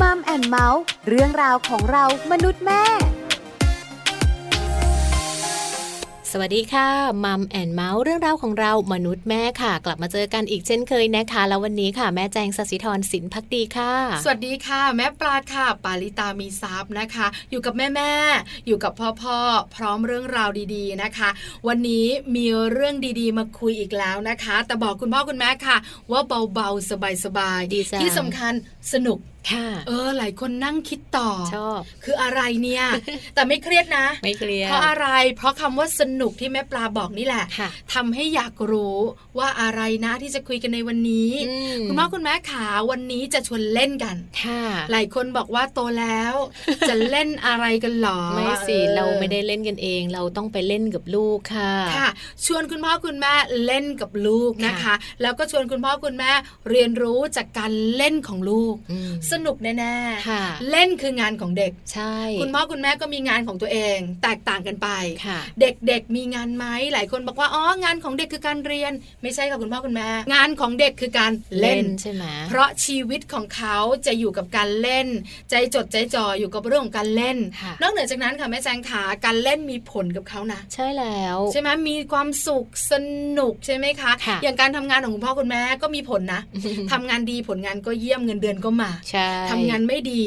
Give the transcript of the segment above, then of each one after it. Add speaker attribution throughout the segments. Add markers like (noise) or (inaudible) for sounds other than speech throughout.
Speaker 1: มัมแอนเมาส์เรื่องราวของเรามนุษย์แม่
Speaker 2: สวัสดีค่ะมัมแอนเมาส์เรื่องราวของเรามนุษย์แม่ค่ะ กลับมาเจอกันอีกเช่นเคยนะคะ แล้ววันนี้ค่ะ แม่แจงสศิธรสินพักดีค่ะ
Speaker 3: สวัสดีค่ะ แม่ปลาค่ะ ปาลิตามีซับนะคะ อยู่กับแม่แม่ๆอยู่กับพ่อพ่อๆพร้อมเรื่องราวดีๆนะคะ วันนี้มีเรื่องดีๆ มาคุยอีกแล้วนะคะ แต่บอกคุณพ่อคุณแม่ค่ะ ว่าเบาๆ สบาย
Speaker 2: ดีจ้ะ
Speaker 3: ที่สำคัญสนุก
Speaker 2: ค่ะ
Speaker 3: เออ หลายคนนั่งคิดต่อ
Speaker 2: ชอบ
Speaker 3: คืออะไร
Speaker 2: (laughs)
Speaker 3: เนี่ย แต่ไม่เครียดนะ
Speaker 2: ไม่เคลียร์
Speaker 3: เพราะอะไร เพราะคำว่าสนุกที่แม่ปลาบอกนี่แหละ
Speaker 2: ค่ะ
Speaker 3: ทำให้อยากรู้ว่าอะไรนะที่จะคุยกันในวันนี้ คุณพ่อคุณแม่ขาวันนี้จะชวนเล่นกัน
Speaker 2: ค่ะ
Speaker 3: หลายคนบอกว่าโตแล้ว
Speaker 2: (laughs)
Speaker 3: จะเล่นอะไรกันหรอ
Speaker 2: ไม่สิ
Speaker 3: ออ
Speaker 2: เราไม่ได้เล่นกันเอง เราต้องไปเล่นกับลูกค่ะ
Speaker 3: ค่ะ ชวนคุณพ่อคุณแม่เล่นกับลูกนะคะ
Speaker 2: ค่ะ
Speaker 3: แล้วก็ชวนคุณพ่อคุณแม่เรียนรู้จากการเล่นของลูก
Speaker 2: อืม
Speaker 3: สนุกแน่
Speaker 2: ค่ะ
Speaker 3: ๆเล่นคืองานของเด็ก
Speaker 2: ใช่
Speaker 3: คุณพ่อคุณแม่ก็มีงานของตัวเอง แตกต่างกันไป
Speaker 2: ค่ะ
Speaker 3: เด็กๆมีงานไหมหลายคนบอกว่าอ๋องานของเด็กคือการเรียน ไม่ใช่ค่ะคุณพ่อคุณแม่ งานของเด็กคือการเล่น
Speaker 2: ใช่ไหม
Speaker 3: เพราะชีวิตของเขาจะอยู่กับการเล่น ใจจดใจจ่ออยู่กับเรื่องของการเล่น
Speaker 2: ค่ะ
Speaker 3: นอกเหนือจากนั้นค่ะแม่แจงขาการเล่นมีผลกับเขานะ
Speaker 2: ใช่แล้ว
Speaker 3: ใช่ไหมมีความสุขสนุกใช่ไหมคะ
Speaker 2: ค่ะ
Speaker 3: อย่างการทำงานของคุณพ่อคุณแม่ก็มีผลนะทำงานดีผลงานก็เยี่ยมเงินเดือนก็มา
Speaker 2: ใช่
Speaker 3: ทำงานไม่ดี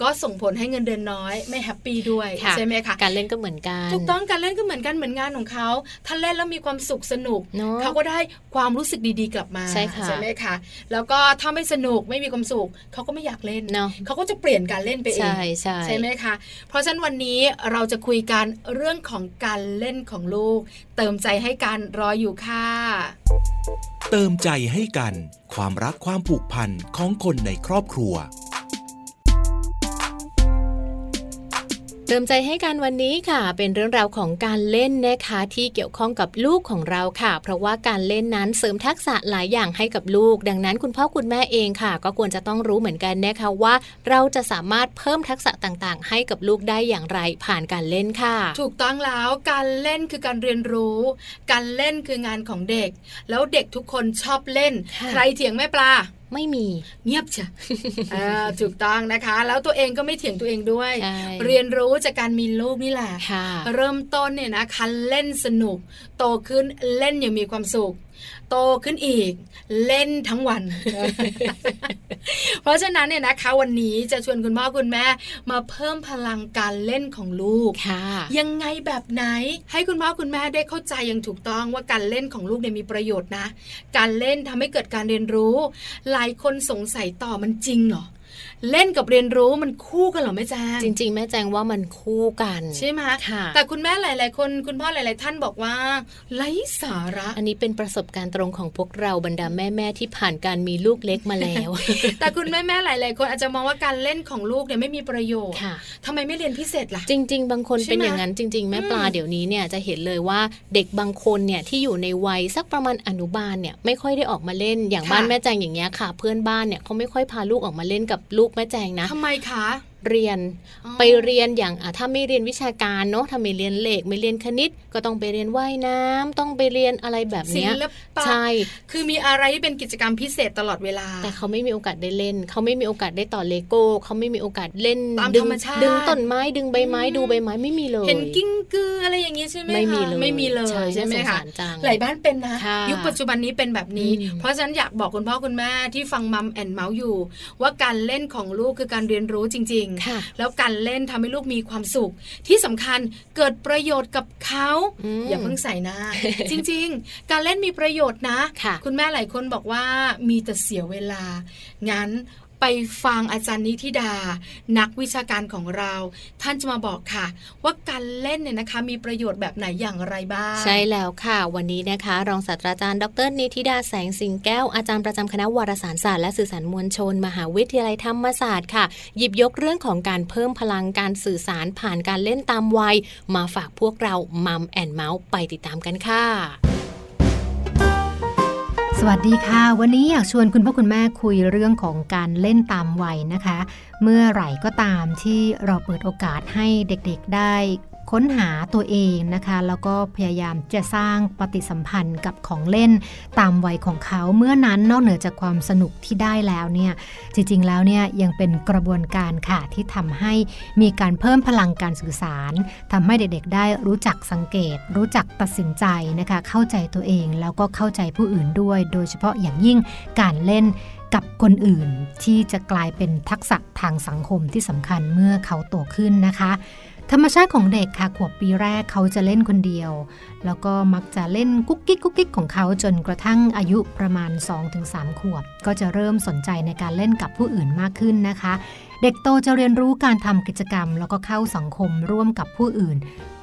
Speaker 3: ก็ส่งผลให้เงินเดือนน้อย ไม่แฮปปี้ด้วย
Speaker 2: ค่ะ
Speaker 3: ใช่ไหมคะ
Speaker 2: การเล่นก็เหมือนกัน
Speaker 3: ถูกต้องการเล่นก็เหมือนกันเหมือนงานของเขาถ้าเล่นแล้วมีความสุขสนุก
Speaker 2: เนาะ
Speaker 3: เขาก็ได้ความรู้สึกดีๆกลับมา
Speaker 2: ใช่ค่ะ
Speaker 3: ไหมคะ แล้วก็ถ้าไม่สนุกไม่มีความสุขเขาก็ไม่อยากเล่น
Speaker 2: เนาะ
Speaker 3: เขาก็จะเปลี่ยนการเล่นไปเอง
Speaker 2: ใช่ใช่
Speaker 3: ไหมคะ เพราะฉะนั้นวันนี้เราจะคุยกันเรื่องของการเล่นของลูก เติมใจให้การรออยู่ค่ะ
Speaker 4: เติมใจให้กัน ความรักความผูกพันของคนในครอบครัว
Speaker 2: เติมใจให้กันวันนี้ค่ะ เป็นเรื่องราวของการเล่นนะคะที่เกี่ยวข้องกับลูกของเราค่ะ เพราะว่าการเล่นนั้นเสริมทักษะหลายอย่างให้กับลูก ดังนั้นคุณพ่อคุณแม่เองค่ะ ก็ควรจะต้องรู้เหมือนกันนะคะว่า เราจะสามารถเพิ่มทักษะต่างๆ ให้กับลูกได้อย่างไรผ่านการเล่นค่ะ
Speaker 3: ถูกต้องแล้วการเล่นคือการเรียนรู้ การเล่นคืองานของเด็ก แล้วเด็กทุกคนชอบเล่น
Speaker 2: ค่ะ
Speaker 3: ใครเถียงแม่ปลา
Speaker 2: ไม่มี
Speaker 3: เงียบจ้ะ อ่าถูกต้องนะคะ แล้วตัวเองก็ไม่เถียงตัวเองด้วย
Speaker 2: ใช่
Speaker 3: เรียนรู้จากการมีลูกนี่แหละ
Speaker 2: ค่ะ
Speaker 3: เริ่มต้นเนี่ยนะคะเล่นสนุก โตขึ้นเล่นอย่างมีความสุข โตขึ้นอีก เล่นทั้งวัน (laughs) เพราะฉะนั้นเนี่ยนะคะวันนี้จะชวนคุณพ่อคุณแม่มาเพิ่มพลังการเล่นของลูก
Speaker 2: ค่ะ
Speaker 3: ยังไงแบบไหน ให้คุณพ่อคุณแม่ได้เข้าใจอย่างถูกต้องว่าการเล่นของลูกเนี่ยมีประโยชน์นะ การเล่นทำให้เกิดการเรียนรู้ หลายคนสงสัยต่อมันจริงเหรอเล่นกับเรียนรู้มันคู่กันเหรอแม่แจ้ง
Speaker 2: จริง ๆ แม่แจงว่ามันคู่กัน
Speaker 3: ใช่ไหม
Speaker 2: ค่ะ
Speaker 3: แต่คุณแม่หลาย ๆ คน คุณพ่อหลาย ๆ ท่านบอกว่าไร้สาระ
Speaker 2: อันนี้เป็นประสบการณ์ตรงของพวกเราบรรดาแม่ๆที่ผ่านการมีลูกเล็กมาแล้ว (laughs)
Speaker 3: แต่คุณแม่ ๆ หลาย ๆ คนอาจจะมองว่าการเล่นของลูกเนี่ยไม่มีประโยชน์
Speaker 2: ค่ะ
Speaker 3: ทำไมไม่เรียนพิเศษล่ะ
Speaker 2: จริง ๆ บางคน
Speaker 3: ใช่ไหม
Speaker 2: เป็นอย่างนั้นจริง ๆ แม่ปลา
Speaker 3: อืม
Speaker 2: เดี๋ยวนี้เนี่ยจะเห็นเลยว่าเด็กบางคนเนี่ยที่อยู่ในวัยสักประมาณอนุบาลเนี่ยไม่ค่อยได้ออกมาเล่นอย่าง
Speaker 3: ค่ะ
Speaker 2: บ้านแม่แจงอย่างเงี้ยค่ะ เพื่อนบ้านเนี่ยเขาไม่ค่อยพาลูกออกมาเล่นกับลูกแม่แจงนะ
Speaker 3: ทำไมคะ
Speaker 2: เรียน
Speaker 3: อ๋อ
Speaker 2: ไปเรียนอย่างอ่ะถ้าไม่เรียนวิชาการเนาะถ้าไม่เรียนเลขไม่เรียนคณิต ก็ต้องไปเรียนว่ายน้ำต้องไปเรียนอะไรแบบ
Speaker 3: ศิ
Speaker 2: เนี้ย
Speaker 3: ลปะ
Speaker 2: ใช่
Speaker 3: คือมีอะไรที่เป็นกิจกรรมพิเศษตลอดเวลา
Speaker 2: แต่เขาไม่มีโอกาสได้เล่น เขาไม่มีโอกาสได้ต่อเลโก้ เขาไม่มีโอกาสเล่น
Speaker 3: ตาม
Speaker 2: ดึ
Speaker 3: ธรง รมชาติ
Speaker 2: ดึงต้นไม้ดึงใบไม้
Speaker 3: อืม
Speaker 2: ดูใบไม้ไม่มีเลย
Speaker 3: เห็นกิ้งกืออะไรอย่างนี้ใช่ไหม
Speaker 2: ไม่มี
Speaker 3: คะ
Speaker 2: เลย
Speaker 3: ไม่มีเลย
Speaker 2: ใช่
Speaker 3: ใช่ไหม
Speaker 2: น่าสง
Speaker 3: คะ
Speaker 2: สารจัง
Speaker 3: หลายบ้านเป็นนะ
Speaker 2: ค่ะ
Speaker 3: ยุคปัจจุบันนี้เป็นแบบนี้
Speaker 2: อืม
Speaker 3: เพราะฉะนั้นอยากบอกคุณพ่อคุณแม่ที่ฟังมัมแอนเมาส์อยู่ ว่าการเล่นของลูกคือการเรียนรู้จริง ๆ
Speaker 2: ค่ะ
Speaker 3: แล้วการเล่นทำให้ลูกมีความสุข ที่สำคัญเกิดประโยชน์กับเขา
Speaker 2: อืม
Speaker 3: อย่าเพิ่งใส่ห
Speaker 2: (laughs)
Speaker 3: น้า จริงๆ การเล่นมีประโยชน์นะ
Speaker 2: ค่ะ
Speaker 3: ณแม่หลายคนบอกว่ามีแต่เสียเวลา งั้นไปฟังอาจารย์นิธิดา นักวิชาการของเรา ท่านจะมาบอกค่ะ ว่าการเล่นเนี่ยนะคะ มีประโยชน์แบบไหนอย่างไรบ้าง
Speaker 2: ใช่แล้วค่ะ วันนี้นะคะ รองศาสตราจารย์ดรนิติดาแสงสิงแก้ว อาจารย์ประจำคณะวารสารศาสตร์และสื่อสารมวลชน มหาวิทยาลัยธรรมศาสตร์ค่ะ หยิบยกเรื่องของการเพิ่มพลังการสื่อสารผ่านการเล่นตามวัย มาฝากพวกเรามัมแอนเมาส์ไปติดตามกันค่ะ
Speaker 5: สวัสดีค่ะ วันนี้อยากชวนคุณพ่อคุณแม่คุยเรื่องของการเล่นตามวัยนะคะ เมื่อไหร่ก็ตามที่เราเปิดโอกาสให้เด็กๆได้ ค้นหาตัวเองนะคะ แล้วก็พยายามจะสร้างปฏิสัมพันธ์กับของเล่น ตามวัยของเขาเมื่อนั้นนอกเหนือจากความสนุกที่ได้แล้วเนี่ย จริงๆ แล้วเนี่ยยังเป็นกระบวนการค่ะที่ทำให้มีการเพิ่มพลังการสื่อสารทำให้เด็กๆ ได้รู้จักสังเกต รู้จักตัดสินใจนะคะ เข้าใจตัวเองแล้วก็เข้าใจผู้อื่นด้วย โดยเฉพาะอย่างยิ่งการเล่นกับคนอื่น ที่จะกลายเป็นทักษะทางสังคมที่สำคัญเมื่อเขาโตขึ้นนะคะ ธรรมชาติของเด็กค่ะขวบปีแรกเขาจะเล่นคนเดียว แล้วก็มักจะเล่นกุ๊กกิ๊กกุ๊กกิ๊กของเขาจนกระทั่งอายุประมาณ 2-3 ขวบ ก็จะเริ่มสนใจในการเล่นกับผู้อื่นมากขึ้นนะคะ เด็กโตจะเรียนรู้การทำกิจกรรม แล้วก็เข้าสังคมร่วมกับผู้อื่น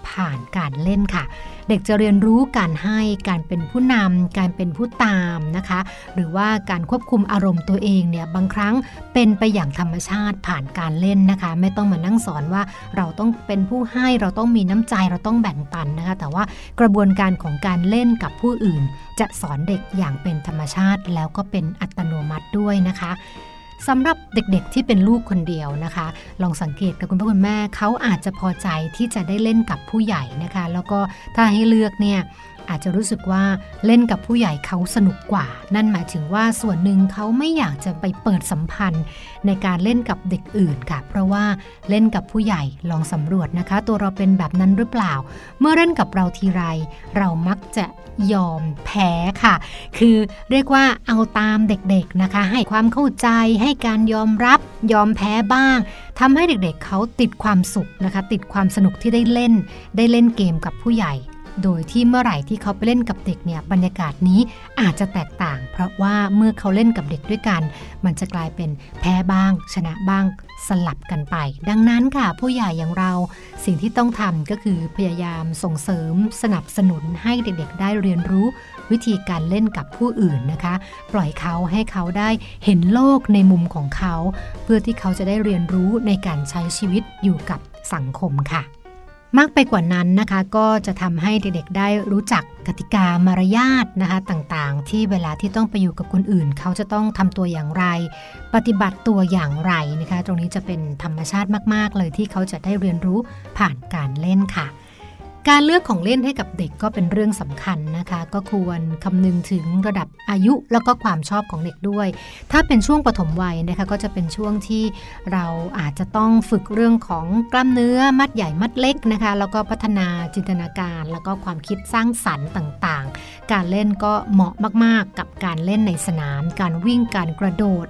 Speaker 5: ผ่านการเล่นค่ะ เด็กจะเรียนรู้การให้การเป็นผู้นำการเป็นผู้ตามนะคะ หรือว่าการควบคุมอารมณ์ตัวเองเนี่ยบางครั้งเป็นไปอย่างธรรมชาติผ่านการเล่นนะคะ ไม่ต้องมานั่งสอนว่าเราต้องเป็นผู้ให้เราต้องมีน้ำใจเราต้องแบ่งปันนะคะ แต่ว่ากระบวนการของการเล่นกับผู้อื่น จะสอนเด็กอย่างเป็นธรรมชาติ แล้วก็เป็นอัตโนมัติด้วยนะคะสำหรับเด็กๆที่เป็นลูกคนเดียวนะคะ ลองสังเกตกับคุณพ่อคุณแม่เขาอาจจะพอใจที่จะได้เล่นกับผู้ใหญ่นะคะ แล้วก็ถ้าให้เลือกเนี่ย อาจจะรู้สึกว่าเล่นกับผู้ใหญ่เขาสนุกกว่า นั่นหมายถึงว่าส่วนหนึ่งเขาไม่อยากจะไปเปิดสัมพันธ์ ในการเล่นกับเด็กอื่นค่ะ เพราะว่าเล่นกับผู้ใหญ่ลองสำรวจนะคะ ตัวเราเป็นแบบนั้นหรือเปล่า เมื่อเล่นกับเราทีไร เรามักจะยอมแพ้ค่ะ คือเรียกว่าเอาตามเด็กๆนะคะ ให้ความเข้าใจให้การยอมรับยอมแพ้บ้างทำให้เด็กๆเขาติดความสุขนะคะ ติดความสนุกที่ได้เล่น ได้เล่นเกมกับผู้ใหญ่ โดยที่เมื่อไหร่ที่เขาไปเล่นกับเด็กเนี่ยบรรยากาศนี้อาจจะแตกต่าง เพราะว่าเมื่อเขาเล่นกับเด็กด้วยกัน มันจะกลายเป็นแพ้บ้าง ชนะบ้างสลับกันไป ดังนั้นค่ะ ผู้ใหญ่อย่างเรา สิ่งที่ต้องทำก็คือพยายามส่งเสริมสนับสนุนให้เด็กๆ ได้เรียนรู้ วิธีการเล่นกับผู้อื่นนะคะ ปล่อยเขาให้เขาได้เห็นโลกในมุมของเขา เพื่อที่เขาจะได้เรียนรู้ในการใช้ชีวิตอยู่กับสังคมค่ะ มากไปกว่านั้นนะคะก็จะทำให้เด็กๆได้รู้จักกติกามารยาทนะคะต่างๆ ที่เวลาที่ต้องไปอยู่กับคนอื่น เขาจะต้องทำตัวอย่างไร ปฏิบัติตัวอย่างไรนะคะ ตรงนี้จะเป็นธรรมชาติมากๆ เลยที่เขาจะได้เรียนรู้ผ่านการเล่นค่ะ การเลือกของเล่นให้กับเด็กก็เป็นเรื่องสำคัญนะคะ ก็ควรคำนึงถึงระดับอายุแล้วก็ความชอบของเด็กด้วย ถ้าเป็นช่วงปฐมวัยนะคะก็จะเป็นช่วงที่เราอาจจะต้องฝึกเรื่องของกล้ามเนื้อมัดใหญ่มัดเล็กนะคะ แล้วก็พัฒนาจินตนาการ แล้วก็ความคิดสร้างสรรค์ต่างๆ การเล่นก็เหมาะมากๆ กับการเล่นในสนาม การวิ่งการกระโดด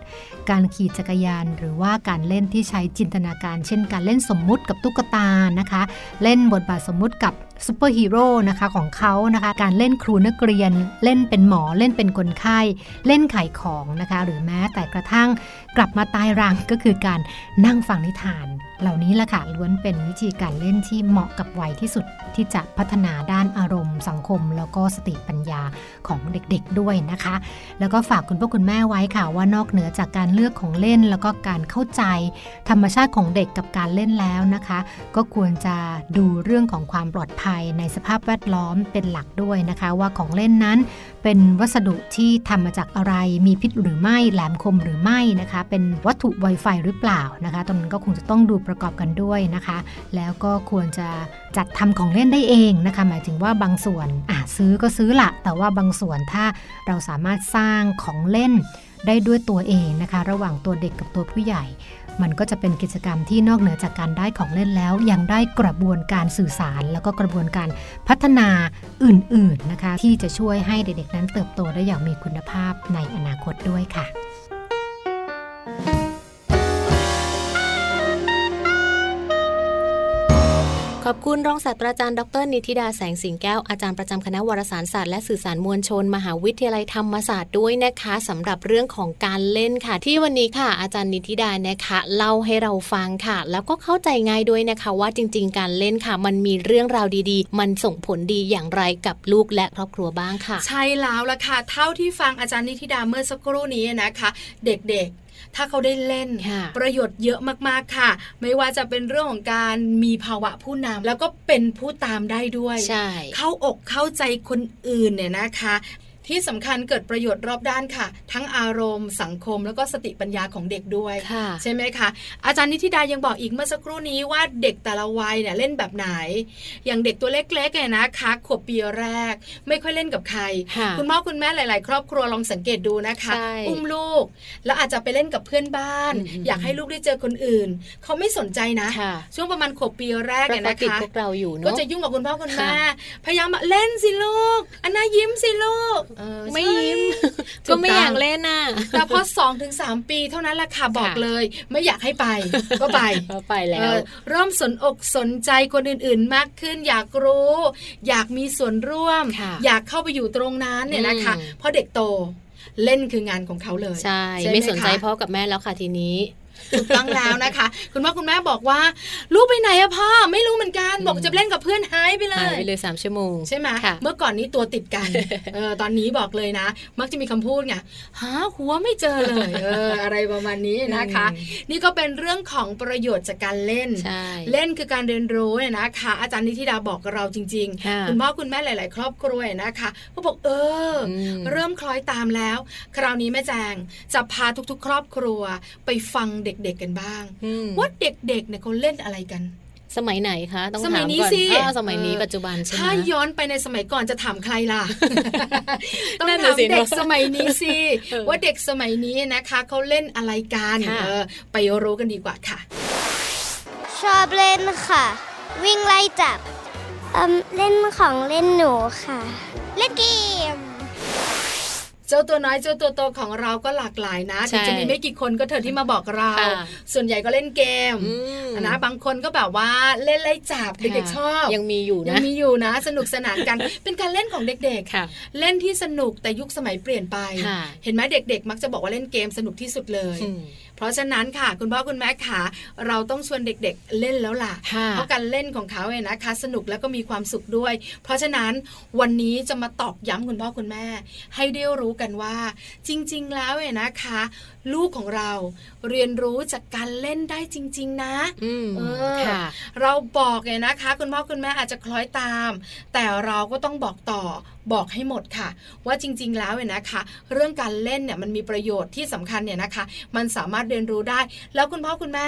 Speaker 5: การขี่จักรยาน หรือว่าการเล่นที่ใช้จินตนาการ เช่น การเล่นสมมุติกับตุ๊กตานะคะ เล่นบทบาทสมมุติกับซูเปอร์ฮีโร่นะคะของเขานะคะ การเล่นครูนักเรียน เล่นเป็นหมอเล่นเป็นคนไข้ เล่นขายของนะคะ หรือแม้แต่กระทั่งกลับมาตายรังก็คือการนั่งฟังนิทาน เหล่านี้ละค่ะล้วนเป็นวิธีการเล่นที่เหมาะกับวัยที่สุดที่จะพัฒนาด้านอารมณ์ สังคม แล้วก็สติปัญญาของเด็กๆด้วยนะคะ แล้วก็ฝากคุณพ่อคุณแม่ไว้ค่ะ ว่านอกเหนือจากการเลือกของเล่น แล้วก็การเข้าใจ ธรรมชาติของเด็กกับการเล่นแล้วนะคะ ก็ควรจะดูเรื่องของความปลอดภัยในสภาพแวดล้อมเป็นหลักด้วยนะคะ ว่าของเล่นนั้น เป็นวัสดุที่ทำมาจากอะไรมีพิษหรือไม่แหลมคมหรือไม่นะคะ เป็นวัตถุไวไฟหรือเปล่านะคะตรงนั้นก็คงจะต้องดูประกอบกันด้วยนะคะ แล้วก็ควรจะจัดทำของเล่นได้เองนะคะ หมายถึงว่าบางส่วนอ่ะซื้อก็ซื้อละแต่ว่าบางส่วนถ้าเราสามารถสร้างของเล่นได้ด้วยตัวเองนะคะ ระหว่างตัวเด็กกับตัวผู้ใหญ่ มันก็จะเป็นกิจกรรมที่นอกเหนือจากการได้ของเล่นแล้ว ยังได้กระบวนการสื่อสาร แล้วก็กระบวนการพัฒนาอื่นๆนะคะ ที่จะช่วยให้เด็กๆนั้นเติบโตได้อย่างมีคุณภาพในอนาคตด้วยค่ะ
Speaker 2: ขอบคุณรองศาสตราจารย์ดรนิติดาแสงสิงแก้วอาจารย์ประจำคณะวารสารศาสตร์และสื่อสารมวลชน มหาวิทยาลัยธรรมศาสตร์ด้วยนะคะสำหรับเรื่องของการเล่นค่ะ ที่วันนี้ค่ะ อาจารย์นิติดานะคะเล่าให้เราฟังค่ะ แล้วก็เข้าใจง่ายด้วยนะคะ ว่าจริง ๆ การเล่นค่ะ มันมีเรื่องราวดีๆ มันส่งผลดีอย่างไรกับลูกและครอบครัวบ้างค่ะ
Speaker 3: ใช่แล้วล่ะค่ะ เท่าที่ฟังอาจารย์นิธิดาเมื่อสักครู่นี้นะคะ เด็กๆ ถ้าเขาได้เล่น
Speaker 2: ค่ะ
Speaker 3: ประโยชน์เยอะมากๆค่ะ ไม่ว่าจะเป็นเรื่องของการมีภาวะผู้นำแล้วก็เป็นผู้ตามได้ด้วย
Speaker 2: ใช่
Speaker 3: เข้าอกเข้าใจคนอื่นเนี่ยนะคะ ที่สำคัญเกิดประโยชน์รอบด้านค่ะ ทั้งอารมณ์ สังคมแล้วก็สติปัญญาของเด็กด้วย
Speaker 2: ค่ะ
Speaker 3: ใช่ไหมคะ อาจารย์นิติดายังบอกอีกเมื่อสักครู่นี้ว่าเด็กแต่ละวัยเนี่ยเล่นแบบไหน อย่างเด็กตัวเล็กๆเนี่ยนะคะขวบปีแรก ไม่ค่อยเล่นกับใคร
Speaker 2: ค่ะ
Speaker 3: คุณพ่อคุณแม่หลาย ๆ ครอบครัวลองสังเกตดูนะคะ
Speaker 2: ใช่
Speaker 3: อุ้มลูก แล้วอาจจะไปเล่นกับเพื่อนบ้าน
Speaker 2: อืม
Speaker 3: อยากให้ลูกได้เจอคนอื่น เขาไม่สนใจนะ
Speaker 2: ค่ะ
Speaker 3: ช่วงประมาณขวบปีแรก
Speaker 2: ป
Speaker 3: เนี่ย
Speaker 2: ก
Speaker 3: นะ
Speaker 2: ติ
Speaker 3: คะ
Speaker 2: พวกเราอยู่
Speaker 3: ก็
Speaker 2: เนาะ
Speaker 3: จะยุ่งกับคุณพ่อคุณ
Speaker 2: ค่ะ
Speaker 3: แม่พยายามบอกเล่นสิลูก อันน่ายิ้มสิลูกเออ
Speaker 2: ไม่
Speaker 3: ใช่
Speaker 2: ยิ้ม
Speaker 3: ถูกต้อง
Speaker 2: ก็ไม่อยากเล่นน่ะ
Speaker 3: แต่พอสองถึงสามปีเท่านั้นแหละค่ะบอก
Speaker 2: ค่ะ
Speaker 3: เลย ไม่อยากให้
Speaker 2: (laughs)
Speaker 3: ไป ก็ไป
Speaker 2: เราไปแล้
Speaker 3: เอ
Speaker 2: ว
Speaker 3: อเริ่มสนอกสนใจคนอื่นๆ มากขึ้น อยากรู้ อยากมีส่วนร่วม
Speaker 2: ค่ะ
Speaker 3: อยากเข้าไปอยู่ตรงนั้นเนี่ยนะคะ
Speaker 2: อืม
Speaker 3: เพราะเด็กโตเล่นคืองานของเขาเลย
Speaker 2: ใช่
Speaker 3: ห
Speaker 2: ไม่สนใจ
Speaker 3: คะ
Speaker 2: พ่อกับแม่แล้วค่ะทีนี้
Speaker 3: ถูกต้องแล้วนะคะ คุณพ่อคุณแม่บอกว่า ลูกไปไหนอะพ่อไม่รู้เหมือนกัน บอก
Speaker 2: อืม
Speaker 3: จะไปเล่นกับเพื่อนหายไปเล
Speaker 2: หาย
Speaker 3: ย
Speaker 2: ไปเลยสามชั่วโมง
Speaker 3: ใช่ไหม
Speaker 2: ค่ะ
Speaker 3: เมื่อก่อนนี้ตัวติด
Speaker 2: (laughs)
Speaker 3: กันเออตอนนี้บอกเลยนะ มักจะมีคำพูดไงหาหัวไม่เจอเลยเอออะไรประมาณนี้นะคะ นี่ก็เป็นเรื่องของประโยชน์จากการเล่น
Speaker 2: ใช่
Speaker 3: เล่นคือการเรียนรู้เนี่ยนะคะ อาจารย์นิธิดาบอกกับเราจริง
Speaker 2: ค่ะ
Speaker 3: ๆ คุณพ่อคุณแม่หลาย ๆ ครอบครัวเนี่ยนะคะก็บอกเอออ
Speaker 2: อืม
Speaker 3: เริ่มคล้อยตามแล้ว คราวนี้แม่แจงจะพาทุกๆ ครอบครัวไปฟังเด็กๆกันบ้าง
Speaker 2: อืม
Speaker 3: ว่าเด็กๆเนี่ยเขาเล่นอะไรกัน
Speaker 2: สมัยไหนคะ ต้อง
Speaker 3: ส
Speaker 2: ถาม
Speaker 3: มัยนี้
Speaker 2: ก่อน
Speaker 3: สิ
Speaker 2: เออสมัยนี้
Speaker 3: เออ
Speaker 2: ปัจจุบันใช่ไหม
Speaker 3: ถ้าย้อนไปในสมัยก่อนจะถามใคร
Speaker 2: (laughs)
Speaker 3: ล่ะ ต้อง
Speaker 2: นั่น
Speaker 3: ถา
Speaker 2: น่ะ
Speaker 3: ม
Speaker 2: สิเน
Speaker 3: เด็ก
Speaker 2: อะ
Speaker 3: สมัยนี้สิ
Speaker 2: เออ
Speaker 3: ว่าเด็กสมัยนี้นะคะเขาเล่นอะไรกัน
Speaker 2: ค่ะ
Speaker 3: เออไปรู้กันดีกว่าค่ะ
Speaker 6: ชอบเล่นค่ะ วิ่งไล่จับเอิ่มเล่นของเล่นหนูค่ะ เล่นเกม
Speaker 3: เจ้าตัวน้อยเจ้าตัวโตของเราก็หลากหลายนะ
Speaker 2: ใช่
Speaker 3: ถึงจะมีไม่กี่คนก็เธอะที่มาบอกเรา
Speaker 2: ค่ะ
Speaker 3: ส่วนใหญ่ก็เล่นเกม
Speaker 2: อืม
Speaker 3: นะบางคนก็แบบว่าเล่นไล่จับเด็กๆชอบ
Speaker 2: ยังมีอยู่
Speaker 3: ยั
Speaker 2: นะ
Speaker 3: มีอยู่นะ สนุกสนานกัน เป็นการเล่นของเด็ก
Speaker 2: ค่ะ
Speaker 3: ๆ เล่นที่สนุกแต่ยุคสมัยเปลี่ยนไป
Speaker 2: ค่ะ
Speaker 3: เห็นไหมเด็กๆ มักจะบอกว่าเล่นเกมสนุกที่สุดเลย
Speaker 2: อืม
Speaker 3: เพราะฉะนั้นค่ะ คุณพ่อคุณแม่ค่ะเราต้องชวนเด็กๆ เล่นแล้วล่ะ
Speaker 2: ค่ะ
Speaker 3: เพราะการเล่นของเขาเนี่ยนะคะ สนุกแล้วก็มีความสุขด้วย เพราะฉะนั้นวันนี้จะมาตอกย้ำคุณพ่อคุณแม่ ให้ได้รู้กันว่า จริง ๆ แล้วเนี่ยนะคะ ลูกของเราเรียนรู้จากการเล่นได้จริง ๆ นะ
Speaker 2: อืม
Speaker 3: เออ
Speaker 2: ค่ะ
Speaker 3: เราบอกเนี่ยนะคะ คุณพ่อคุณแม่อาจจะคล้อยตาม แต่เราก็ต้องบอกต่อบอกให้หมดค่ะ ว่าจริง ๆ แล้วเนี่ยนะคะ เรื่องการเล่นเนี่ยมันมีประโยชน์ที่สำคัญเนี่ยนะคะ มันสามารถเรียนรู้ได้ แล้วคุณพ่อคุณแม่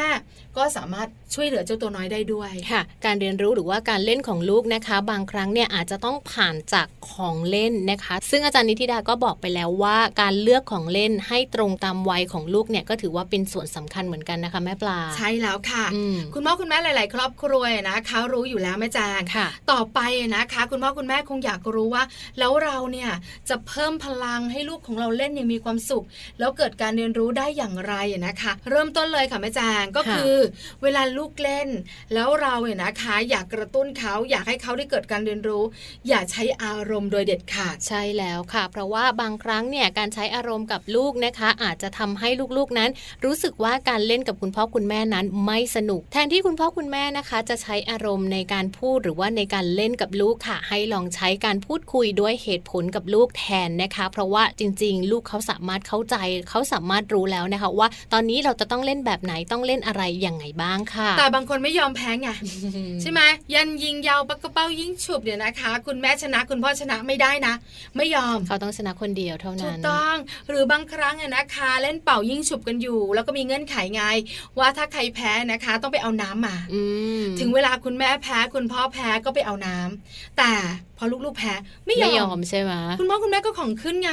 Speaker 3: ก็สามารถช่วยเหลือเจ้าตัวน้อยได้ด้วย
Speaker 2: ค่ะ การเรียนรู้หรือว่าการเล่นของลูกนะคะ บางครั้งเนี่ยอาจจะต้องผ่านจากของเล่นนะคะ ซึ่งอาจารย์นิติดาก็บอกไปแล้วว่า การเลือกของเล่นให้ตรงตามวัยของลูกเนี่ยก็ถือว่าเป็นส่วนสำคัญเหมือนกันนะคะแม่ปลา
Speaker 3: ใช่แล้วค่ะ
Speaker 2: อืม
Speaker 3: คุณพ่อคุณแม่หลาย ๆ ครอบครัวนะคะรู้อยู่แล้วแม่แจาง
Speaker 2: ค่ะ
Speaker 3: ต่อไปนะคะ คุณพ่อคุณแม่คงอยากรู้ว่า แล้วเราเนี่ยจะเพิ่มพลังให้ลูกของเราเล่นอยังมีความสุข แล้วเกิดการเรียนรู้ได้อย่างไรนะคะ เริ่มต้นเลยค่ะแม่แจางก็
Speaker 2: ค่ะ
Speaker 3: คือ เวลาลูกเล่น แล้วเราเนี่ยนะคะ อยากกระตุ้นเขาอยากให้เขาได้เกิดการเรียนรู้ อย่าใช้อารมณ์โดยเด็ดขาด
Speaker 2: ใช่แล้วค่ะ เพราะว่าบางครั้งเนี่ยการใช้อารมณ์กับลูกนะคะ อาจจะทำให้ลูกๆนั้น รู้สึกว่าการเล่นกับคุณพ่อคุณแม่นั้นไม่สนุก แทนที่คุณพ่อคุณแม่นะคะ จะใช้อารมณ์ในการพูดหรือว่าในการเล่นกับลูกค่ะ ให้ลองใช้การพูดคุยด้วยเหตุผลกับลูกแทนนะคะ เพราะว่าจริง ๆ ลูกเขาสามารถเข้าใจเขาสามารถรู้แล้วนะคะ ว่าตอนนี้เราจะต้องเล่นแบบไหนต้องเล่นอะไรยังไงบ้างค่ะ
Speaker 3: แต่บางคนไม่ยอมแพ้ไง ใช่ไหมยันยิงยาวปักกระเป้ายิงฉุบเดี๋ยวนะคะ คุณแม่ชนะคุณพ่อชนะไม่ได้นะ ไม่ยอม
Speaker 2: เขาต้องชนะคนเดียวเท่า
Speaker 3: ถู
Speaker 2: นั้
Speaker 3: ก
Speaker 2: น
Speaker 3: ต้อง หรือบางครั้งอะนะคะเล่นเป่ายิงฉุบกันอยู่ แล้วก็มีเงื่อนไขไง ว่าถ้าใครแพ้นะคะ ต้องไปเอาน้ำมา
Speaker 2: อืม
Speaker 3: ถึงเวลาคุณแม่แพ้คุณพ่อแพ้ก็ไปเอาน้ำแต่พอลูกๆแพ้ไม่
Speaker 2: ไม่
Speaker 3: ย
Speaker 2: ย
Speaker 3: อ
Speaker 2: อ
Speaker 3: ม
Speaker 2: มใช่ไหม
Speaker 3: คุณพ่อคุณแม่ก็ของขึ้นไง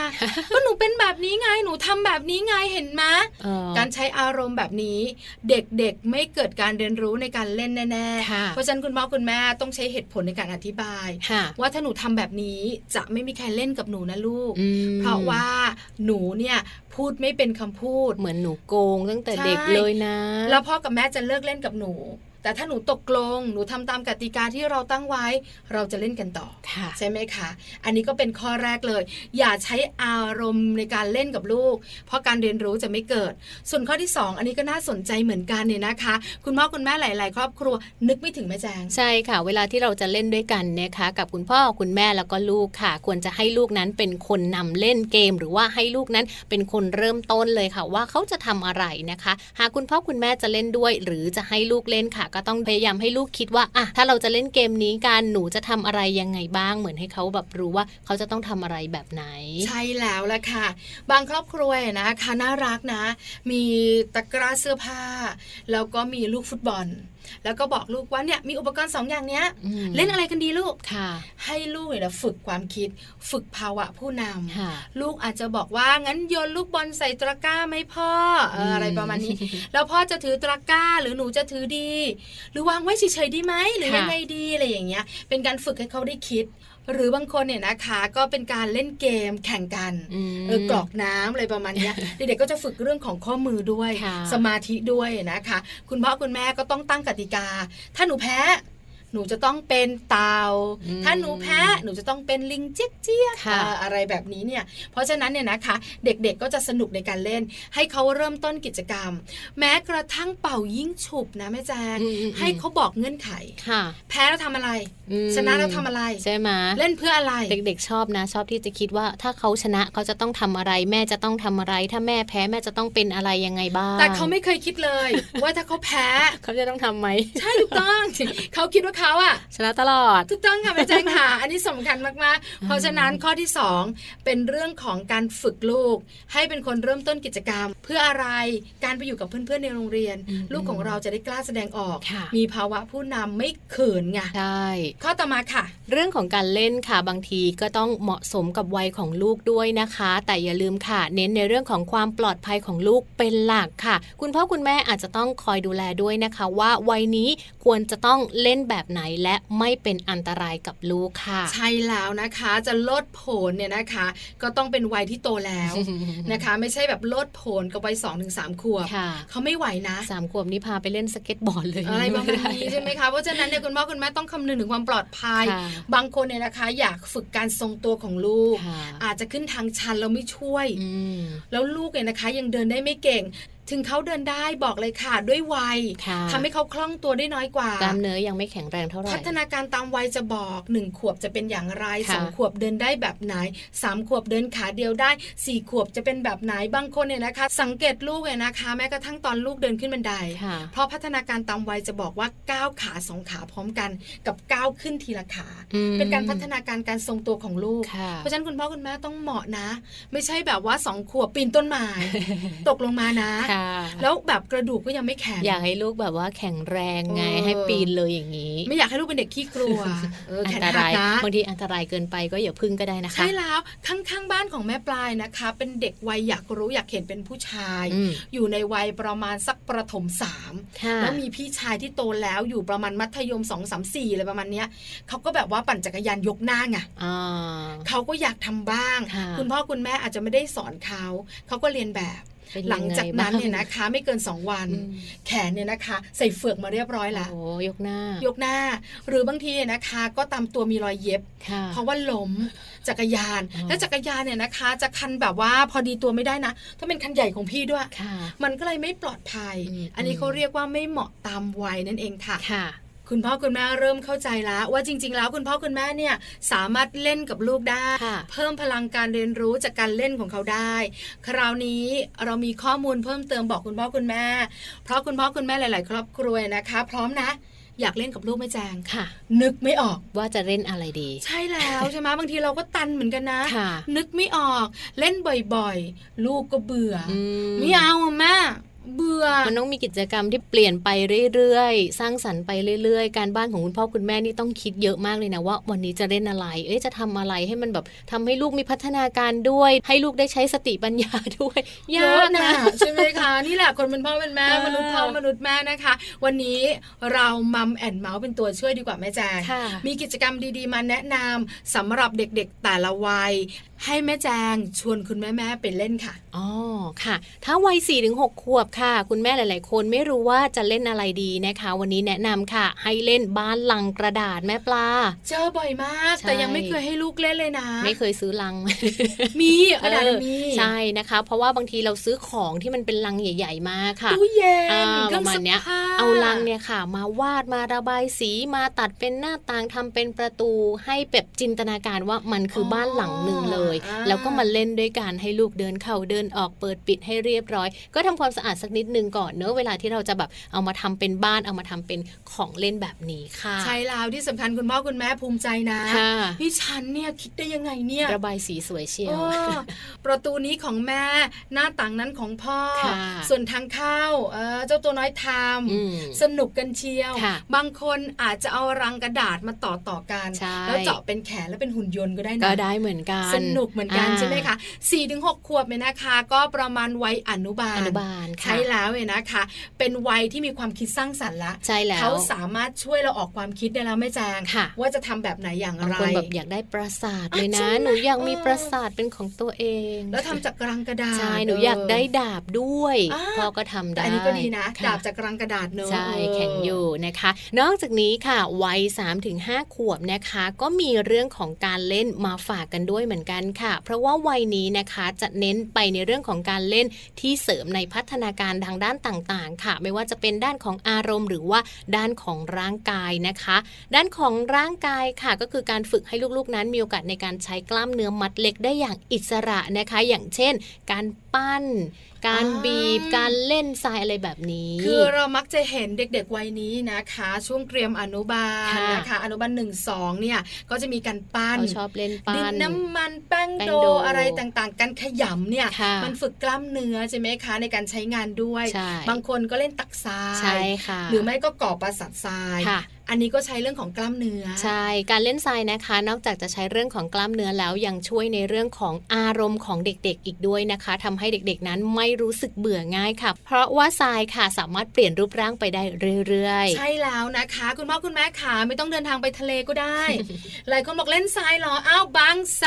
Speaker 3: ก็หนูเป็นแบบนี้ไงหนูทำแบบนี้ไงเห็นไหม
Speaker 2: เออ
Speaker 3: การใช้อารมณ์แบบนี้ เด็กๆไม่เกิดการเรียนรู้ในการเล่นแน่
Speaker 2: ค่ะ
Speaker 3: ๆเพราะฉะนั้นคุณพ่อคุณแม่ต้องใช้เหตุผลในการอธิบาย
Speaker 2: ค่ะ
Speaker 3: ว่าถ้าหนูทำแบบนี้จะไม่มีใครเล่นกับหนูนะลูก
Speaker 2: อืม
Speaker 3: เพราะว่าหนูเนี่ยพูดไม่เป็นคำพูด
Speaker 2: เหมือนหนูโกงตั้งแต่
Speaker 3: ใช่
Speaker 2: เด็กเลยนะ
Speaker 3: แล้วพ่อกับแม่จะเลิกเล่นกับหนู แต่ถ้าหนูตกลง หนูทำตามกติกาที่เราตั้งไว้ เราจะเล่นกันต่อ
Speaker 2: ค่ะ
Speaker 3: ใช่ไหมคะ อันนี้ก็เป็นข้อแรกเลย อย่าใช้อารมณ์ในการเล่นกับลูก เพราะการเรียนรู้จะไม่เกิด ส่วนข้อที่สองอันนี้ก็น่าสนใจเหมือนกันเนี่ยนะคะ คุณพ่อคุณแม่หลาย ๆ ครอบครัว นึกไม่ถึงแม่แจง
Speaker 2: ใช่ค่ะ เวลาที่เราจะเล่นด้วยกันนะคะ กับคุณพ่อคุณแม่แล้วก็ลูกค่ะ ควรจะให้ลูกนั้นเป็นคนนำเล่นเกม หรือว่าให้ลูกนั้นเป็นคนเริ่มต้นเลยค่ะ ว่าเขาจะทำอะไรนะคะ หากคุณพ่อคุณแม่จะเล่นด้วย หรือจะให้ลูกเล่นค่ะ ก็ต้องพยายามให้ลูกคิดว่าอ่ะถ้าเราจะเล่นเกมนี้กันหนูจะทำอะไรยังไงบ้าง เหมือนให้เขาแบบรู้ว่าเขาจะต้องทำอะไรแบบไหน
Speaker 3: ใช่แล้วละค่ะ บางครอบครัวนะคะน่ารักนะ มีตะกร้าเสื้อผ้า แล้วก็มีลูกฟุตบอล แล้วก็บอกลูกว่าเนี่ยมีอุปกรณ์สองอย่างเนี้ย
Speaker 2: อืม
Speaker 3: เล่นอะไรกันดีลูก
Speaker 2: ค่ะ
Speaker 3: ให้ลูกเนี่ยนะฝึกความคิด ฝึกภาวะผู้นำ
Speaker 2: ค่ะ
Speaker 3: ลูกอาจจะบอกว่างั้นโยนลูกบอลใส่ตะกร้าไหมพ่อเอออะไรประมาณ
Speaker 2: (laughs)
Speaker 3: นี้ แล้วพ่อจะถือตะกร้าหรือหนูจะถือดี หรือวางไว้เฉยๆดีไหมหรือ
Speaker 2: ค่ะ
Speaker 3: ยังไงดีอะไรอย่างเงี้ย เป็นการฝึกให้เขาได้คิด หรือบางคนเนี่ยนะคะ ก็เป็นการเล่นเกมแข่งกัน
Speaker 2: ม
Speaker 3: เออกรอกน้ำอะไรประมาณ
Speaker 2: (laughs)
Speaker 3: เนี้ยเด็กๆก็จะฝึกเรื่องของข้อมือด้วย
Speaker 2: ค่ะ
Speaker 3: สมาธิด้วยนะคะ คุณพ่อคุณแม่ก็ต้องตั้งกติกา ถ้าหนูแพ้ หนูจะต้องเป็นเตาถ้าหนูแพ้หนูจะต้องเป็นลิงเจี๊ยกเจี๊ยก
Speaker 2: ค่ะ
Speaker 3: เอ่ออะไรแบบนี้เนี่ย เพราะฉะนั้นเนี่ยนะคะ เด็กๆก็จะสนุกในการเล่น ให้เขาเริ่มต้นกิจกรรม แม้กระทั่งเป่ายิ่งฉุบนะแม่แจง
Speaker 2: อืมอืมอืม
Speaker 3: ให้เขาบอกเงื่อนไข
Speaker 2: ค่ะ
Speaker 3: แพ้แล้วทำอะไร
Speaker 2: อืม
Speaker 3: ชนะแล้วทำอะไร
Speaker 2: ใช่ไหม
Speaker 3: เล่นเพื่ออะไร
Speaker 2: เด็กๆชอบนะ ชอบที่จะคิดว่าถ้าเขาชนะเขาจะต้องทำอะไร แม่จะต้องทำอะไร ถ้าแม่แพ้แม่จะต้องเป็นอะไรยังไงบ้าง
Speaker 3: แต่เขาไม่เคยคิดเลย ว่าถ้าเขาแพ้
Speaker 2: เขาจะต้องทำไหม
Speaker 3: ใช่ถูกต้อง (laughs) เขาคิดว่าเขาอะ
Speaker 2: ชนะตลอด
Speaker 3: ถูกต้องค่ะแม่แจงค่ะ อันนี้สำคัญมากๆ เพราะฉะนั้นข้อที่สองเป็นเรื่องของการฝึกลูก ให้เป็นคนเริ่มต้นกิจกรรม เพื่ออะไรการไปอยู่กับเพื่อนๆในโรงเรียน
Speaker 2: อืม
Speaker 3: ลูกของเราจะได้กล้าแสดงออก
Speaker 2: ค่ะ
Speaker 3: มีภาวะผู้นำไม่เขินไง
Speaker 2: ใช่
Speaker 3: ข้อต่อมาค่ะ
Speaker 2: เรื่องของการเล่นค่ะบางทีก็ต้องเหมาะสมกับวัยของลูกด้วยนะคะ แต่อย่าลืมค่ะ เน้นในเรื่องของความปลอดภัยของลูกเป็นหลักค่ะ คุณพ่อคุณแม่อาจจะต้องคอยดูแลด้วยนะคะ ว่าวัยนี้ควรจะต้องเล่นแบบไหนและไม่เป็นอันตรายกับลูกค่ะ
Speaker 3: ใช่แล้วนะคะจะโลดโผนเนี่ยนะคะ ก็ต้องเป็นวัยที่โตแล้วนะคะ ไม่ใช่แบบโลดโผนกับวัยสองถึงสามขวบ
Speaker 2: ค่ะ
Speaker 3: เขาไม่ไหวนะ
Speaker 2: สามขวบนี่พาไปเล่นสเก็ตบอร์ดเลย
Speaker 3: อะไรประมาณนี้ (laughs) ใช่ไหม
Speaker 2: ด้
Speaker 3: คะเพราะฉะนั้นเนี่ยคุณพ่อคุณแม่ต้องคำนึงถึงความปลอดภัย
Speaker 2: ค่ะ
Speaker 3: บางคนเนี่ยนะคะ อยากฝึกการทรงตัวของลูก
Speaker 2: ค่ะ
Speaker 3: อาจจะขึ้นทางชันแล้วไม่ช่วย
Speaker 2: อืม
Speaker 3: แล้วลูกเนี่ยนะคะ ยังเดินได้ไม่เก่ง ถึงเขาเดินได้บอกเลยค่ะด้วยวัย
Speaker 2: ค่ะ
Speaker 3: ทำให้เขาคล่องตัวได้น้อยกว่า
Speaker 2: กล้ามเนื้อยังไม่แข็งแรงเท่าไหร่
Speaker 3: พัฒนาการตามวัยจะบอกหนึ่งขวบจะเป็นอย่างไร
Speaker 2: ค่ะ
Speaker 3: สองขวบเดินได้แบบไหนสามขวบเดินขาเดียวได้สี่ขวบจะเป็นแบบไหนบางคนเนี่ยนะคะ สังเกตลูกเนี่ยนะคะ แม้กระทั่งตอนลูกเดินขึ้นบันได
Speaker 2: ค่ะ
Speaker 3: เพราะพัฒนาการตามวัยจะบอกว่าก้าวขาสองขาพร้อมกัน กับก้าวขึ้นทีละขา
Speaker 2: อืม
Speaker 3: เป็นการพัฒนาการการทรงตัวของลูก
Speaker 2: ค่ะ
Speaker 3: เพราะฉะนั้นคุณพ่อคุณแม่ต้องเหมาะนะ ไม่ใช่แบบว่าสองขวบปีนต้นไม้ ตกลงมานะ
Speaker 2: ค่ะ
Speaker 3: แล้วแบบกระดูกก็ยังไม่แข็ง
Speaker 2: อยากให้ลูกแบบว่าแข็งแรงไง
Speaker 3: เออ
Speaker 2: ให้ปีนเลยอย่างนี้
Speaker 3: ไม่อยากให้ลูกเป็นเด็กขี้กลัวเออ
Speaker 2: อั
Speaker 3: แขน
Speaker 2: ต
Speaker 3: หั
Speaker 2: ราก ย
Speaker 3: นะ
Speaker 2: บางทีอันตรายเกินไปก็อย่าพึ่งก็ได้นะคะ
Speaker 3: ใช่แล้วข้างๆบ้านของแม่ปลายนะคะ เป็นเด็กวัยอยากรู้อยากเห็นเป็นผู้ชาย
Speaker 2: อืม
Speaker 3: อยู่ในวัยประมาณสักประถมสาม
Speaker 2: ค่ะ
Speaker 3: แล้วมีพี่ชายที่โตแล้วอยู่ประมาณมัธยมสองสามสี่อะไรประมาณเนี้ยเขาก็แบบว่าปั่นจักรยานยกหน้าไง
Speaker 2: อ่า
Speaker 3: เขาก็อยากทำบ้าง
Speaker 2: ค่ะ
Speaker 3: คุณพ่อคุณแม่อาจจะไม่ได้สอนเขาเขาก็เรียนแบบ
Speaker 2: เป็น
Speaker 3: หลั
Speaker 2: ยั
Speaker 3: ง
Speaker 2: ไบ้
Speaker 3: จากนั้นเนี่ยนะคะ ไม่เกินสองวัน
Speaker 2: อืม
Speaker 3: แขนเนี่ยนะคะ ใส่เฟือกมาเรียบร้อยแล้ว
Speaker 2: โอ้ยกหน้าย ย
Speaker 3: กหน้า หรือบางทีเนี่ยนะคะ ก็ตามตัวมีรอยเย็บ
Speaker 2: ค่ะ
Speaker 3: เพราะว่าล้มจักรยาน
Speaker 2: อ๋อ
Speaker 3: แล้วจักรยานเนี่ยนะคะ จะคันแบบว่าพอดีตัวไม่ได้นะต้องเป็นคันใหญ่ของพี่ด้วย
Speaker 2: ค่ะ
Speaker 3: มันก็เลยไม่ปลอดภัย
Speaker 2: อืม
Speaker 3: อันนี้เขาเรียกว่าไม่เหมาะตามวัยนั่นเองค่ะ
Speaker 2: ค่ะ
Speaker 3: คุณพ่อคุณแม่เริ่มเข้าใจแล้วว่าจริง ๆ แล้วคุณพ่อคุณแม่เนี่ยสามารถเล่นกับลูกได้
Speaker 2: ค่ะ
Speaker 3: เพิ่มพลังการเรียนรู้จากการเล่นของเขาได้ คราวนี้เรามีข้อมูลเพิ่มเติมบอกคุณพ่อคุณแม่ เพราะคุณพ่อคุณแม่หลาย ๆ ครอบครัวนะคะ พร้อมนะ อยากเล่นกับลูกไหม่แจง
Speaker 2: ค่ะ
Speaker 3: นึกไม่ออก
Speaker 2: ว่าจะเล่นอะไรดี
Speaker 3: ใช่แล้วใช่ไหมบางทีเราก็ตันเหมือนกันนะ
Speaker 2: ค่ะ
Speaker 3: นึกไม่ออกเล่นบ่อยๆ ลูกก็เบื่ออ
Speaker 2: อื
Speaker 3: ไม่เอาอะแม่เบื่อ
Speaker 2: มันต้องมีกิจกรรมที่เปลี่ยนไปเรื่อยๆ สร้างสรรค์ไปเรื่อยๆ การบ้านของคุณพ่อคุณแม่นี่ต้องคิดเยอะมากเลยนะว่า วันนี้จะเล่นอะไร เอ้ยจะทำอะไรให้มันแบบทำให้ลูกมีพัฒนาการด้วย ให้ลูกได้ใช้สติปัญญาด้วย
Speaker 3: (laughs) เยอะ
Speaker 2: ยาก
Speaker 3: นะ
Speaker 2: นะ
Speaker 3: ใช่ไหมคะนี่แหละคนเป็นพ่อเป็นแม่
Speaker 2: เออ
Speaker 3: มนุษย์พ่อมนุษย์แม่นะคะ วันนี้เรามัมแอนเมาส์เป็นตัวช่วยดีกว่าแม่แจง
Speaker 2: ค่ะ
Speaker 3: มีกิจกรรมดีๆ มาแนะนำสำหรับเด็กๆแต่ละวัย ให้แม่แจงชวนคุณแม่ๆไปเล่นค่ะ
Speaker 2: อ๋อค่ะ ถ้าวัย4ี่ถึงหขวบค่ะ คุณแม่หลาย ๆ คนไม่รู้ว่าจะเล่นอะไรดีนะคะ วันนี้แนะนำค่ะ ให้เล่นบ้านลังกระดาษแม่ปลา
Speaker 3: เจอบ่อยมาก
Speaker 2: ใช่
Speaker 3: แต่ยังไม่เคยให้ลูกเล่นเลยนะ
Speaker 2: ไม่เคยซื้อลัง
Speaker 3: มีกระดาษ
Speaker 2: เออ
Speaker 3: มี
Speaker 2: ใช่นะคะ เพราะว่าบางทีเราซื้อของที่มันเป็นลังใหญ่ ๆ มาค่ะ
Speaker 3: ตู้เย็น
Speaker 2: อ่า
Speaker 3: เครื่อง
Speaker 2: ประมาณ
Speaker 3: ซัก
Speaker 2: เนี้ย
Speaker 3: ผ้า
Speaker 2: เอาลังเนี่ยค่ะ มาวาดมาระบายสีมาตัดเป็นหน้าต่างทำเป็นประตูให้แบบจินตนาการว่ามันคืออ
Speaker 3: อ
Speaker 2: บ้านหลังหนึ่งเลย
Speaker 3: อ่า
Speaker 2: แล้วก็มาเล่นด้วยกันให้ลูกเดินเข้าเดินออกเปิดปิดให้เรียบร้อย ก็ทำความสะอาดสักนิดนึงก่อนเนอะเวลาที่เราจะแบบเอามาทำเป็นบ้านเอามาทำเป็นของเล่นแบบนี้ค่ะ
Speaker 3: ใช่แล้วที่สำคัญคุณพ่อคุณแม่ภูมิใจนะ
Speaker 2: ค่ะ
Speaker 3: พี่ฉันเนี่ยคิดได้ยังไงเนี่ย
Speaker 2: ระบายสีสวยเชียว
Speaker 3: เออ (laughs) ประตูนี้ของแม่หน้าต่างนั้นของพ่อ
Speaker 2: ค่ะ
Speaker 3: ส่วนทางเข้าเออเจ้าตัวน้อยท
Speaker 2: อืม
Speaker 3: ำสนุกกันเชียว
Speaker 2: ค่ะ
Speaker 3: บางคนอาจจะเอารังกระดาษมาต่อต่อๆกัน
Speaker 2: ใช่
Speaker 3: แล้วเจาะเป็นแขนแล้วเป็นหุ่นยนต์ก็ได้นะ
Speaker 2: ก็ได้เหมือนกัน
Speaker 3: สนุกเหมือนกัน
Speaker 2: อ่า
Speaker 3: ใช่ไหมคะ4ี่ถึงหขวบเนี่ยนะคะ ก็ประมาณวัยอนุบาล
Speaker 2: อนุบาลค่ะ
Speaker 3: ใช่แล้วเนี่ยนะคะ เป็นวัยที่มีความคิดสร้างสรรค์ละ
Speaker 2: ใช่แล้ว
Speaker 3: เขาสามารถช่วยเราออกความคิดได้แล้วแม่แจง
Speaker 2: ค่ะ
Speaker 3: ว่าจะทำแบบไหนอย่าง
Speaker 2: บาง
Speaker 3: ไร
Speaker 2: คนแบบอยากได้ปราสาทเลย
Speaker 3: อ่ะจริ
Speaker 2: นะ
Speaker 3: งนะ
Speaker 2: หนูอยากมี
Speaker 3: เออ
Speaker 2: ปราสาทเป็นของตัวเอง
Speaker 3: แล้วทำจากรังกระดาษ
Speaker 2: ใช่หนู
Speaker 3: เ
Speaker 2: อยากได้ดาบด้วย
Speaker 3: อ่า
Speaker 2: พ่อก็ทำ
Speaker 3: แต่
Speaker 2: ได้
Speaker 3: อันนี้ก็ดีนะ
Speaker 2: ค่
Speaker 3: ดาบจากรังกระดาษเนอะ
Speaker 2: ใช่
Speaker 3: เออ
Speaker 2: แข็งอยู่นะคะ นอกจากนี้ค่ะวัย 3-5 ขวบนะคะ ก็มีเรื่องของการเล่นมาฝากกันด้วยเหมือนกันค่ะ เพราะว่าวัยนี้นะคะจะเน้นไปในเรื่องของการเล่นที่เสริมในพัฒนาการทางด้านต่างๆ ค่ะ ไม่ว่าจะเป็นด้านของอารมณ์ หรือว่าด้านของร่างกายนะคะ ด้านของร่างกายค่ะ ก็คือการฝึกให้ลูกๆนั้นมีโอกาสในการใช้กล้ามเนื้อมัดเล็กได้อย่างอิสระนะคะ อย่างเช่น การปั้น การ
Speaker 3: อ่า
Speaker 2: บีบ การเล่นทรายอะไรแบบนี้
Speaker 3: คือเรามักจะเห็นเด็กๆวัยนี้นะคะ ช่วงเตรียมอนุบาล
Speaker 2: ค่ะ
Speaker 3: นะคะ อนุบาลหนึ่งสองเนี่ยก็จะมีการปั้น
Speaker 2: เขาชอบเล่น
Speaker 3: ดิ
Speaker 2: ปั้
Speaker 3: น
Speaker 2: น
Speaker 3: น้ำมันแป้ง
Speaker 2: แป้ง
Speaker 3: โด
Speaker 2: โด
Speaker 3: อะไรต่างๆ การขยำเนี่ย
Speaker 2: ค่ะ
Speaker 3: มันฝึกกล้ามเนื้อใช่ไหมคะ ในการใช้งานด้วย
Speaker 2: ใช่
Speaker 3: บางคนก็เล่นตักทรา
Speaker 2: ใช่
Speaker 3: ย
Speaker 2: ค่ะ
Speaker 3: หรือไม่ก็ก่อประสาททราย
Speaker 2: ค่ะ
Speaker 3: อันนี้ก็ใช้เรื่องของกล้ามเนื้อ
Speaker 2: ใช่ การเล่นทรายนะคะ นอกจากจะใช้เรื่องของกล้ามเนื้อแล้วยังช่วยในเรื่องของอารมณ์ของเด็กๆ อีกด้วยนะคะทำให้เด็กๆนั้นไม่รู้สึกเบื่อง่ายค่ะ เพราะว่าทรายค่ะสามารถเปลี่ยนรูปร่างไปได้เรื่อยๆ
Speaker 3: ใช่แล้วนะคะ คุณพ่อคุณแม่ขาไม่ต้องเดินทางไปทะเลก็ได้
Speaker 2: (laughs)
Speaker 3: หลายคนบอกเล่นทรายเหรออ้าวบางแส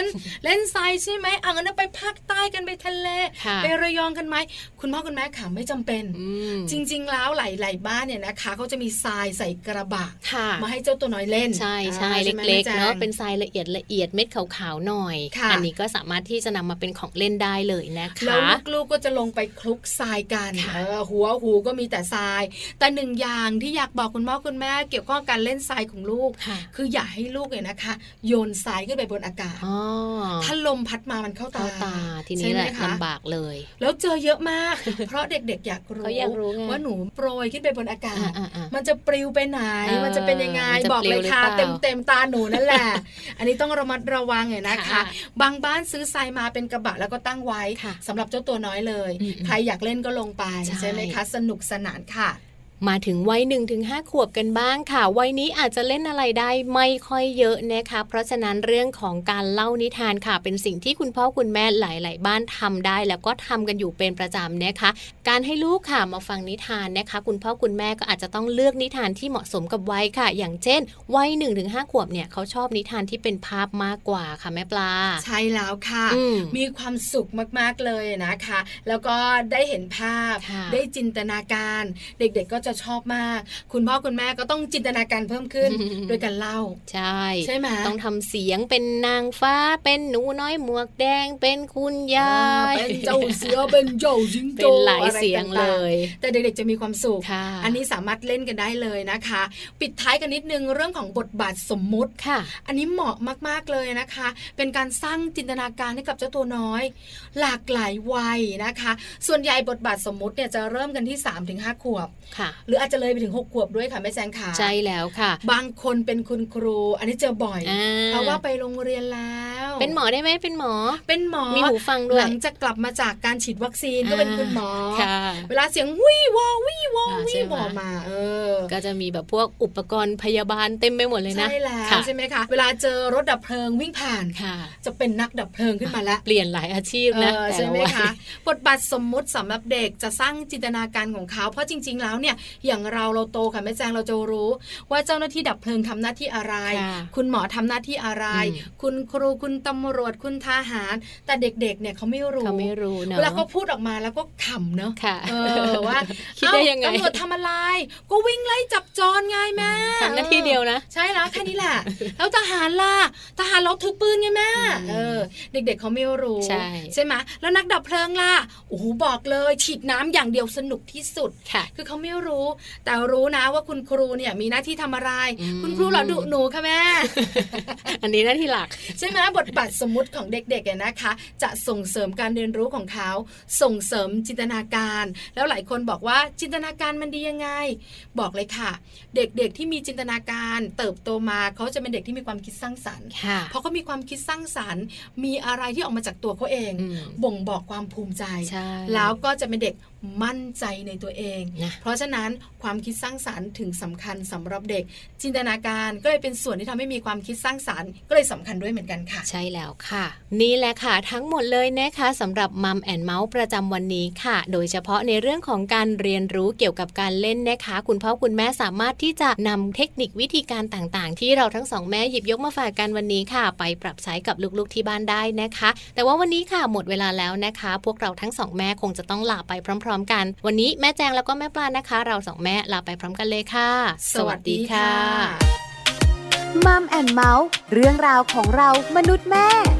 Speaker 3: น เล่นทรายใช่ไหมเอางั้นไปภาคใต้กันไปทะเล
Speaker 2: ค่ะ
Speaker 3: ไประยองกันไหมคุณพ่อคุณแม่ขาไม่จำเป็น
Speaker 2: อืม
Speaker 3: จริง ๆ แล้วหลายๆบ้านเนี่ยนะคะเขาจะมีทรายใส่กระบะ
Speaker 2: ค่ะ
Speaker 3: มาให้เจ้าตัวน้อยเล่น
Speaker 2: ใช่ใช่
Speaker 3: อ่าไหม
Speaker 2: เล็กๆ
Speaker 3: แม่แจง
Speaker 2: เนาะเป็นทรายละเอียดละเอียดเม็ดขาวๆหน่อย
Speaker 3: ค่ะ
Speaker 2: อันี้ก็สามารถที่จะนำมาเป็นของเล่นได้เลยนะคะ
Speaker 3: แล้วลูกๆก็จะลงไปคลุกทรายกัน
Speaker 2: ค่ะ
Speaker 3: เออหัวหูก็มีแต่ทราย แต่หนึ่งอย่างที่อยากบอกคุณพ่อคุณแม่ เกี่ยวข้องกับการเล่นทรายของลูก
Speaker 2: ค่ะ
Speaker 3: คืออย่าให้ลูกเนี่ยนะคะ โยนทรายขึ้นไปบนอากาศ
Speaker 2: อ๋อ
Speaker 3: ถ้าลมพัดมามันเข้าตา
Speaker 2: เข้าตาทีนี้แหละ
Speaker 3: ใช่ไมค
Speaker 2: ลำบากเลย
Speaker 3: แล้วเจอเยอะมาก เพราะเด็กๆ อยากรู้
Speaker 2: เขาอยากรู้ไง
Speaker 3: ว่าหนูโปรยขึ้นไปบนอากาศ
Speaker 2: อ่าๆๆ
Speaker 3: มันจะปลิวไปไหน
Speaker 2: เออ
Speaker 3: มันจะเป็นยังไง
Speaker 2: มันจะ
Speaker 3: บอกเล
Speaker 2: ปลิ
Speaker 3: ย
Speaker 2: วหรือ
Speaker 3: ค่ะ
Speaker 2: เปล่า
Speaker 3: เต็มเต็มๆตาหนูนั่นแหละ อันนี้ต้องระมัดระวังหน่อยนะคะ
Speaker 2: ค่ะ
Speaker 3: บางบ้านซื้อทรายมาเป็นกระบะแล้วก็ตั้งไว้
Speaker 2: ค่ะ
Speaker 3: สำหรับเจ้าตัวน้อยเลย
Speaker 2: อืม
Speaker 3: ใครอยากเล่นก็ลงไป
Speaker 2: ใช่
Speaker 3: ใช่ไหมคะ สนุกสนานค่ะ
Speaker 2: มาถึงวัย1-5 ขวบกันบ้างค่ะ วัยนี้อาจจะเล่นอะไรได้ไม่ค่อยเยอะนะคะ เพราะฉะนั้นเรื่องของการเล่านิทานค่ะ เป็นสิ่งที่คุณพ่อคุณแม่หลาย ๆ บ้านทำได้ แล้วก็ทำกันอยู่เป็นประจำนะคะ การให้ลูกค่ะมาฟังนิทานนะคะ คุณพ่อคุณแม่ก็อาจจะต้องเลือกนิทานที่เหมาะสมกับวัยค่ะ อย่างเช่น วัย1-5 ขวบเนี่ยเขาชอบนิทานที่เป็นภาพมากกว่าค่ะแม่ปลา
Speaker 3: ใช่แล้วค่ะ
Speaker 2: อืม
Speaker 3: มีความสุขมากๆเลยนะคะ แล้วก็ได้เห็นภาพ
Speaker 2: ค่ะ
Speaker 3: ได้จินตนาการ เด็กๆก็จะชอบมาก คุณพ่อคุณแม่ก็ต้องจินตนาการเพิ่มขึ้
Speaker 2: (laughs)
Speaker 3: น
Speaker 2: อืม
Speaker 3: โดยการเล่า
Speaker 2: ใช่
Speaker 3: ใช่ไหม
Speaker 2: ต้องทำเสียงเป็นนางฟ้าเป็นหนูน้อยหมวกแดงเป็นคุณยาย
Speaker 3: เป็นเจ้าเสือเป็นเจ้าจิง
Speaker 2: เป็
Speaker 3: โจ้
Speaker 2: นหลาย
Speaker 3: อะไร
Speaker 2: เสียงเล
Speaker 3: ต่าง
Speaker 2: ย
Speaker 3: ๆแต่เด็กๆจะมีความสุข
Speaker 2: ค่ะ
Speaker 3: อันนี้สามารถเล่นกันได้เลยนะคะ ปิดท้ายกันนิดนึงเรื่องของบทบาทสมมุติ
Speaker 2: ค่ะ
Speaker 3: อันนี้เหมาะมากๆเลยนะคะ เป็นการสร้างจินตนาการให้กับเจ้าตัวน้อย หลากหลายวัยนะคะ ส่วนใหญ่บทบาทสมมุติเนี่ยจะเริ่มกันที่ 3-5 ขวบ
Speaker 2: ค่ะ
Speaker 3: หรืออาจจะเลยไปถึง 6 ขวบด้วยค่ะแม่แจงขา
Speaker 2: ใช่แล้วค่ะ
Speaker 3: บางคนเป็นคุณครู อันนี้เจอบ่อย
Speaker 2: อ่
Speaker 3: เพราะว่าไปโรงเรียนแล้ว
Speaker 2: เป็นหมอได้ไหมเป็นหมอ
Speaker 3: เป็นหมอ
Speaker 2: มีหูฟังด้ว
Speaker 3: ห
Speaker 2: ย
Speaker 3: ลังจากกลับมาจากการฉีดวัคซีนก็เป็น
Speaker 2: อ่า
Speaker 3: คุณหมอ
Speaker 2: ค่ะ
Speaker 3: เวลาเสียงวี่วอวี่วอ
Speaker 2: อ่าใช่
Speaker 3: วี่
Speaker 2: ไหม
Speaker 3: วอมา เออ
Speaker 2: ก็จะมีแบบพวกอุปกรณ์พยาบาลเต็มไปหมดเลยนะ
Speaker 3: ใช่แล้ว
Speaker 2: ค่ะ
Speaker 3: ใช่ไหมคะเวลาเจอรถดับเพลิงวิ่งผ่าน
Speaker 2: ค่ะ
Speaker 3: จะเป็นนักดับเพลิงขึ้นมาแล้ว
Speaker 2: เปลี่ยนหลายอาชีพ
Speaker 3: เอ
Speaker 2: นะ
Speaker 3: อ
Speaker 2: แต่
Speaker 3: ใช่
Speaker 2: ละ
Speaker 3: ไหม
Speaker 2: วัน
Speaker 3: คะบทบาทสมมุติสำหรับเด็กจะสร้างจินตนาการของเขา เพราะจริง ๆ แล้วเนี่ยอย่างเราเราโตค่ะแม่แจงเราจะรู้ ว่าเจ้าหน้าที่ดับเพลิงทำหน้าที่อะไร
Speaker 2: ค่ะ
Speaker 3: คุณหมอทำหน้าที่อะไร
Speaker 2: อืม
Speaker 3: คุณครูคุณตำรวจคุณทหาร แต่เด็กๆเนี่ยเขาไม่รู้
Speaker 2: เขาไม่รู้เนอะ
Speaker 3: เวลาเขาพูดออกมาแล้วก็ขำเนอะ
Speaker 2: ค่ะ
Speaker 3: เออว่า
Speaker 2: คิดได้
Speaker 3: เอ้า
Speaker 2: ยังไง
Speaker 3: ตำรวจทำอะไร ก็วิ่งไล่จับโจรไงแม่
Speaker 2: ทำหน้าที่เดียวนะ
Speaker 3: ใช่แล้วแค่นี้แหละ แล้วทหารล่ะทหารเราถือปืนไงแม่
Speaker 2: อืม
Speaker 3: เออ เด็ก ๆเขาไม่รู้
Speaker 2: ใช่
Speaker 3: ไหมแล้วนักดับเพลิงล่ะโอ้โหบอกเลย ฉีดน้ำอย่างเดียวสนุกที่สุด
Speaker 2: ค่ะ
Speaker 3: คือเขาไม่รู้ รู้ แต่รู้นะว่าคุณครูเนี่ยมีหน้าที่ทำอะไร
Speaker 2: อืม
Speaker 3: คุณครูเหราดุหนูค่ะแม่
Speaker 2: (laughs) อันนี้หน้าที่หลัก
Speaker 3: ใช่ไหมบทบาทสมมติของเด็กๆอะนะคะ จะส่งเสริมการเรียนรู้ของเขา ส่งเสริมจินตนาการ แล้วหลายคนบอกว่าจินตนาการมันดียังไง บอกเลยค่ะ เด็กๆที่มีจินตนาการ เติบโตมาเขาจะเป็นเด็กที่มีความคิดสร้างสรรค์
Speaker 2: ค่ะ
Speaker 3: เพราะเขามีความคิดสร้างสรรค์ มีอะไรที่ออกมาจากตัวเขาเอง
Speaker 2: อืม
Speaker 3: บ่งบอกความภูมิใจ
Speaker 2: ใช่
Speaker 3: แล้วก็จะเป็นเด็กมั่นใจในตัวเอง
Speaker 2: นะ
Speaker 3: เพราะฉะนั้นความคิดสร้างสารรค์ถึงสำคัญสำหรับเด็ก จินตนาการก็เลยเป็นส่วนที่ทำให้มีความคิดสร้างสารรค์ ก็เลยสำคัญด้วยเหมือนกันค่ะ
Speaker 2: ใช่แล้วค่ะ นี่แหละค่ะ ทั้งหมดเลยนะคะสำหรับมัมแอนเมาส์ประจำวันนี้ค่ะ โดยเฉพาะในเรื่องของการเรียนรู้เกี่ยวกับการเล่นนะคะ คุณพ่อคุณแม่สามารถที่จะนำเทคนิควิธีการต่างๆ ที่เราทั้งสองแม่หยิบยกมาฝากกันวันนี้ค่ะ ไปปรับใช้กับลูกๆที่บ้านได้นะคะ แต่ว่าวันนี้ค่ะหมดเวลาแล้วนะคะ พวกเราทั้งสองแม่คงจะต้องลาไปพร้อม ๆ กัน วันนี้แม่แจงแล้วก็แม่ปลานะคะ เราสองแม่ลาไปพร้อมกันเลยค่ะ
Speaker 1: มัมแอนเมาส์เรื่องราวของเรามนุษย์แม่